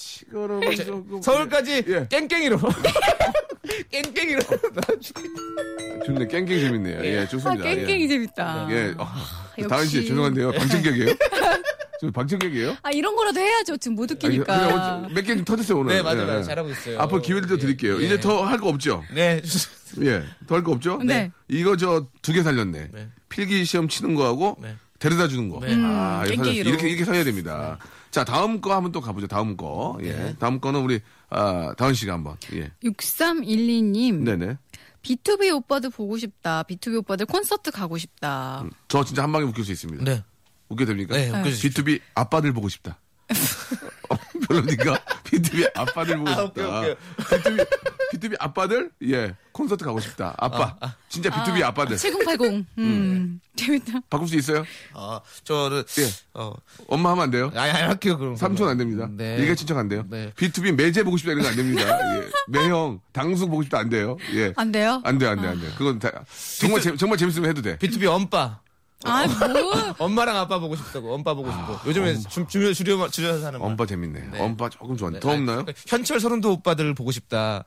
지거름을 조금-
예. 서울까지
예.
깽깽이로. [LAUGHS] 깽깽이로.
좋네. 깽깽 재밌네요. 예,
아,
좋습니다.
깽깽이 재밌다. 아,
예. 예. 어,
역시.
다은 씨, 죄송한데요.
[LAUGHS]
방청객이에요? 저 방청객이에요?
아, 이런 거라도 해야죠. 지금 못 웃기니까.
몇개 아, 예, 터졌어요, 오늘. 예,
네, 맞아요, 맞아요. 잘하고 있어요.
앞으로 기회를 더 드릴게요.
예.
이제 더 할 거 없죠?
네.
예. 더 할 거 없죠?
네.
이거 저 두 개 살렸네.
네.
필기 시험 치는 거하고
네.
데려다 주는 거.
네.
아, 이거 살렸어.
깽깽이로.
이렇게 이렇게 살려야 됩니다. 자, 다음 거 한번 또 가보죠. 다음 거. 예.
네.
다음 거는 우리 아, 다은 씨가 한번. 예.
6312님.
네, 네.
B2B 오빠들 보고 싶다. B2B 오빠들 콘서트 가고 싶다.
저 진짜 한 방에 웃길 수 있습니다.
네.
웃게 됩니까?
네, 웃겨주십시오.
B2B 아빠들 보고 싶다. 어, 별로니까 B2B 아빠들 보고
아,
싶다.
웃겨, 웃겨.
B2B B2B 아빠들 예 콘서트 가고 싶다. 아빠 진짜 B2B 아, 빠들 [LAUGHS]
7080. 음. 재밌다.
바꿀 수 있어요?
어, 저를
예.
어,
엄마 하면 안 돼요?
아니, 안 할게요, 그럼.
삼촌 안 됩니다.
네.
일가 친척 안 돼요.
네.
B2B 매제 보고 싶다 이런 거 안
[LAUGHS]
됩니다. 예. 매형 당숙 보고 싶다 안 돼요. 예.
안 돼요?
안 돼, 안 돼, 안 돼. 그건 다, 정말, 재, 정말 재밌으면 해도 돼.
B2B 엄빠.
[LAUGHS]
아,
어.
뭐.
엄마랑 아빠 보고 싶다고. 엄빠 보고 싶고. 요즘에 주, 줄여, 줄여, 줄여서 하는 말.
아, 엄빠 재밌네.
네.
엄빠 조금 좋았네.
네.
더 없나요?
아니, 현철 서른도 오빠들 보고 싶다.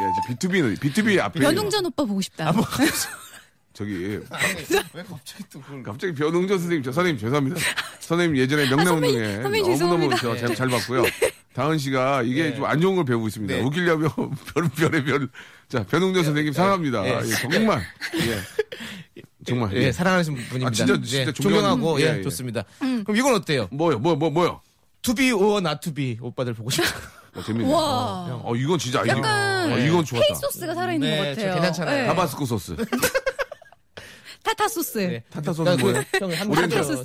예, 이제 B2B는, B2B 앞에.
변웅전 오빠 보고 싶다.
저기,
왜 갑자기 또 그걸.
갑자기 변홍전 선생님, 저 선생님 죄송합니다. 선생님 예전에 명랑운동에
아, 선배님, 선배님
너무너무
죄송합니다. 네.
저잘 잘 봤고요. 다은 씨가 이게
네.
좀 안 좋은 걸 배우고 있습니다.
네.
웃기려면 [LAUGHS] 별, 별의 별. 자,
네,
변홍전 선생님 사랑합니다.
예.
예, 정말. 예. 정말.
네,
예, 사랑하시는 분입니다.
아, 진짜- 진짜
예,
존경하는-
존경하고, 예,
예, 예.
좋습니다.
음.
그럼 이건 어때요?
뭐요, 뭐, 뭐, 뭐요?
투비 오어 나투비 오빠들 보고 싶다.
[LAUGHS] 어, 재밌네.
와.
어, 이건 진짜 아이디어.
약간
어, 이건 좋았다.
케이 소스가 살아있는
네,
것 같아요.
저 괜찮잖아요.
네.
타바스코 소스.
타타 소스.
타타 소스 뭐예요?
그 형한
타타
번.
소스.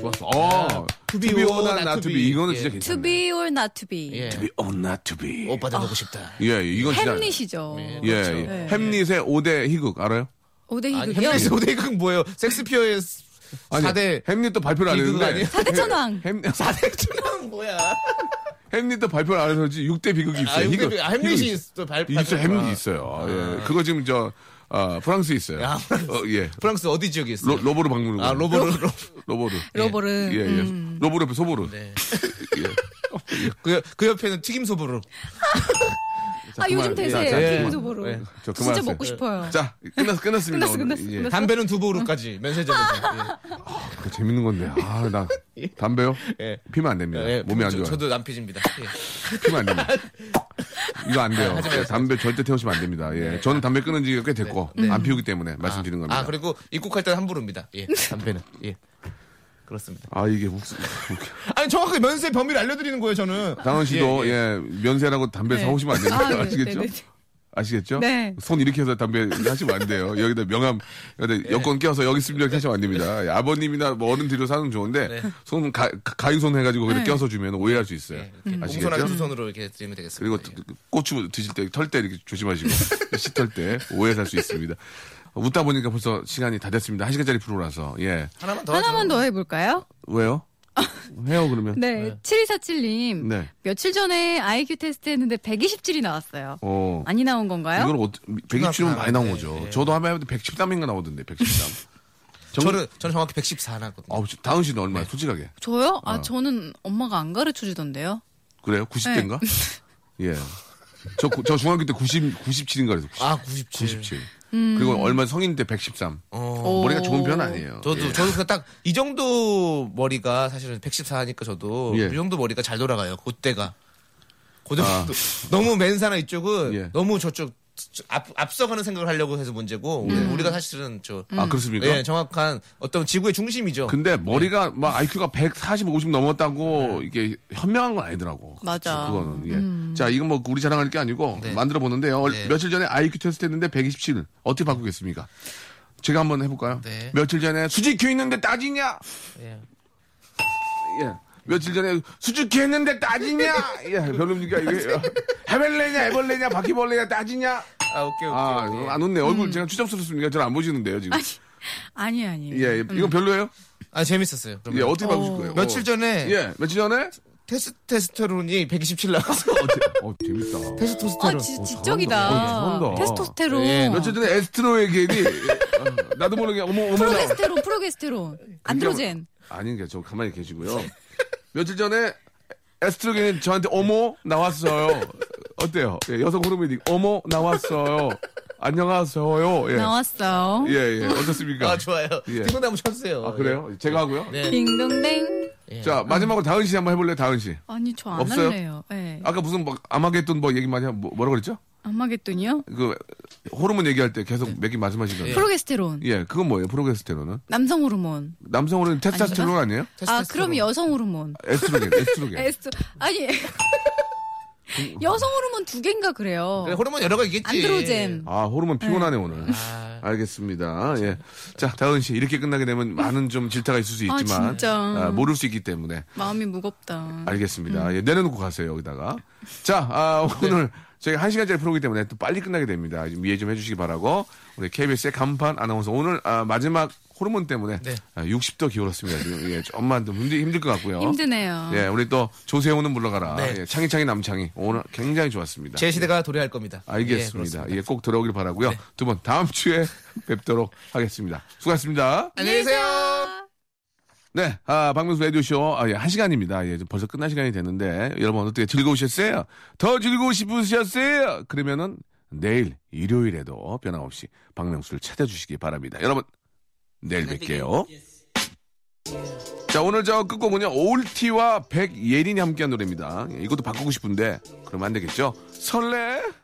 좋았어. 어.
To be
투비
or
오나
not
나
to
투비.
be.
이거는
예.
진짜
네. To
괜찮아.
be or not to be.
예.
투비 오나 투비.
아.
오빠들 보고 싶다.
예, 예, 이건 진짜.
햄릿이죠. 네.
예, 예. 햄릿의 5대 희극 알아요?
오대 네,
아니,
희극이요?
햄릿 오대극 뭐예요? 섹스피어의 4대
햄릿도 발표를 안
비극
했는데.
아니에요?
사대천왕.
햄,
[LAUGHS] 사대천왕 뭐야?
햄릿도 발표를 안 해서 지 6대 비극이
아,
있어요.
이거 아, 햄릿이
있어요.
또 발.
있어요.
발표가.
햄릿이 있어요. 예. 그거 지금 저, 아, 프랑스 있어요.
아, 프랑스.
어, 예.
프랑스 어디 지역에
로,
있어요?
로보르 박물관.
아, 로보르. 로- 음.
로보르.
로버를.
예, 예. 로보르 [LAUGHS] 예. 옆에 소보르.
네. 그, 옆- 그 옆에는 튀김 소보로.
자,
아,
그만.
요즘 대세예요,
자, 자,
예.
그만.
김두보로.
예.
저
진짜
그만하세요.
먹고 싶어요.
자, 끝났, 끝났습니다.
끝났어,
오늘.
끝났어,
예.
끝났어.
담배는 두 보루까지 면세점에서.
그거 재밌는 건데. 아,
[LAUGHS]
나 담배요?
예.
피면 안 됩니다.
예.
몸이 안
저-
좋아요.
저도 남피지입니다. 예.
피면 안 됩니다.
[LAUGHS]
이거 안
아,
돼요. 예, 담배 절대 태우시면 안 됩니다. 예. 저는 담배 끊은 지가 꽤 됐고, 안 피우기 때문에 말씀드리는 겁니다.
네. 아 그리고 입국할 때는 함부로입니다.
[LAUGHS]
예, 담배는 예 그렇습니다.
아, 이게 무슨. 웃겨.
아니 정확하게 면세 범위를 알려드리는 거예요 저는.
당은 씨도, 예, 면세라고 담배
네.
사오시면 안 됩니다.
아, 네,
아시겠죠?
네, 네.
아시겠죠?
네.
손 이렇게 해서 담배 하시면 안 돼요. 여기다 명함,
네.
여기다 여권 껴서 여기 있습니다. 이렇게 하시면 안 됩니다. 예, 아버님이나 뭐 어른 뒤로 사는 좋은데,
네.
손, 가, 가- 가위손 해가지고 거기다 껴서 주면 오해할 수 있어요.
예, 네. 이렇게
아시겠죠?
공손하게 두 손으로 이렇게 드리면 되겠습니다.
그리고
예.
또 고추 드실 때, 털 때 이렇게 조심하시고, [LAUGHS] 씻털 때 오해 살수 있습니다. 어, 웃다 보니까 벌써 시간이 다 됐습니다. 한 시간짜리 프로라서, 예.
하나만 더
하나만
하죠.
더 해볼까요?
왜요? 해요, 그러면?
네. 7247님.
네.
며칠 전에 IQ 테스트 했는데 127이 나왔어요.
어.
많이 나온 건가요?
이건 어, 127은 많이 나온
네,
거죠.
예.
저도 하면 113인가 나오던데, 113. 정-
[LAUGHS] 저는 네. 저는 정확히 114나거든요.
아우, 다은 씨는 얼마야? 솔직하게.
저요? 아, 저는 엄마가 안 가르쳐 주던데요.
그래요? 90대인가?
네.
예. 저, 구- 저 중학교 때 90, 97인가 그래서 90,
아 97.
97.
음.
그리고 얼마 성인 때 113.
어.
오.
머리가 좋은 편 아니에요.
저도
예.
저도 그 딱 이 정도 머리가 사실은 114니까 저도
예.
이 정도 머리가 잘 돌아가요. 그때가 그 정도 [LAUGHS] 너무 맨사나 이쪽은
아. 예.
너무 저쪽 앞, 앞서가는 생각을 하려고 해서 문제고 우리가 사실은 저
음. 아, 그렇습니까?
예, 정확한 어떤 네. 지구의 중심이죠.
근데 머리가 막 IQ가 140, 50 넘었다고
네.
이게 현명한 건 아니더라고.
맞아.
그거는. 예. 자, 이건 뭐 우리 자랑할 게 아니고
음. 네.
만들어 보는데요. 얼-
네.
며칠 전에 IQ 테스트 했는데 127. 어떻게 바꾸겠습니까? 제가 한번 해볼까요?
네.
며칠 전에 수지큐 있는데 따지냐?
예.
예. 며칠 전에 수지큐 했는데 따지냐?
[LAUGHS]
예. 별로입니까? 이게 해벌레냐, 해벌레냐, 바퀴벌레냐 따지냐?
아, 오케이, 오케이.
아,
오케이.
안 웃네.
음.
얼굴 제가 추잡스럽습니까? 저는 안 보시는데요, 지금.
아니, 아니.
예, 예. 이건 별로예요?
아, 재밌었어요. 그러면.
예, 어떻게 바꾸실 거예요?
며칠 전에
예, 며칠 전에?
테스테스테론이 127 나와서
[LAUGHS]
어, 재- 어, 재밌다. 어,
아,
테스토스테론
지,
오,
지적이다.
잘한다. 오, 잘한다.
테스토스테론.
예,
며칠 전에 에스트로의 겔이 어, 나도 모르게 어머 어머 나
프로게스테론,
예,
프로게스테론.
뭐-
안드로젠.
아닌 게저 가만히 계시고요. 며칠 전에 에스트로겐이 저한테 어머 나왔어요. 어때요? 예, 여성 호르몬이 어머 나왔어요. 안녕하세요. 예.
나왔어.
예, 예. 어떻습니까?
아, 좋아요.
예.
예. 띵동나무 쳤어요.
아, 그래요? 제가 하고요.
네.
딩동댕.
예.
자, 마지막으로 다은 씨 한번 해 볼래요, 다은 씨.
아니, 저 안
없어요?
할래요. 예.
아까 무슨 막 아마겟돈 뭐 얘기 많이 하- 뭐, 뭐라 그랬죠?
안마겠더니요?
그 호르몬 얘기할 때 계속
네.
몇 개 말씀하신 거예요.
프로게스테론.
예, 그건 뭐예요? 프로게스테론은?
남성 호르몬.
남성 호르몬 테스토스테론 아니에요?
아,
테스토스테론. 예.
그럼 여성 호르몬.
에스트로겐, 에스트로겐.
에스 아니. [LAUGHS] 여성 호르몬 두 개인가 그래요.
음. 그래, 예. 호르몬 여러 가지겠지.
안드로젠.
아, 호르몬 피곤하네, 오늘.
아, 그렇죠.
알겠습니다. 예. 자, 다은 씨, 이렇게 끝나게 되면 많은 좀 질타가 있을 수
아,
있지만.
진짜.
아, 모를 수 있기 때문에.
마음이 무겁다.
알겠습니다.
음.
예, 내려놓고 가세요, 여기다가. 자, 아,
네.
오늘 저희 한 시간짜리 프로기 때문에 또 빨리 끝나게 됩니다. 좀 이해 좀 해주시기 바라고. 우리 KBS의 간판 아나운서 오늘 아, 마지막 호르몬 때문에
네.
아, 60도 기울었습니다. 지금. 예, 좀만 좀 힘들, 힘들 것 같고요.
힘드네요.
예, 우리 또 조세호는 물러가라.
네.
예, 창희창희 남창희. 오늘 굉장히 좋았습니다.
제 시대가 도래할 겁니다. 예,
알겠습니다.
그렇습니다. 네.
예, 꼭 들어오길 바라고요. 두 분 다음 주에 [LAUGHS] 뵙도록 하겠습니다. 수고하셨습니다.
안녕히 계세요.
네, 아, 박명수 라디오쇼, 아, 예, 한 시간입니다. 예, 좀 벌써 끝난 시간이 됐는데, 여러분 어떻게 즐거우셨어요? 더 즐거우 싶으셨어요? 그러면은 내일, 일요일에도 변함없이 박명수를 찾아주시기 바랍니다. 여러분, 내일
네,
뵐게요. 예. 자, 오늘 저 끝곡은요, 올티와 백예린이 함께한 노래입니다. 예, 이것도 바꾸고 싶은데, 그러면 안 되겠죠? 설레!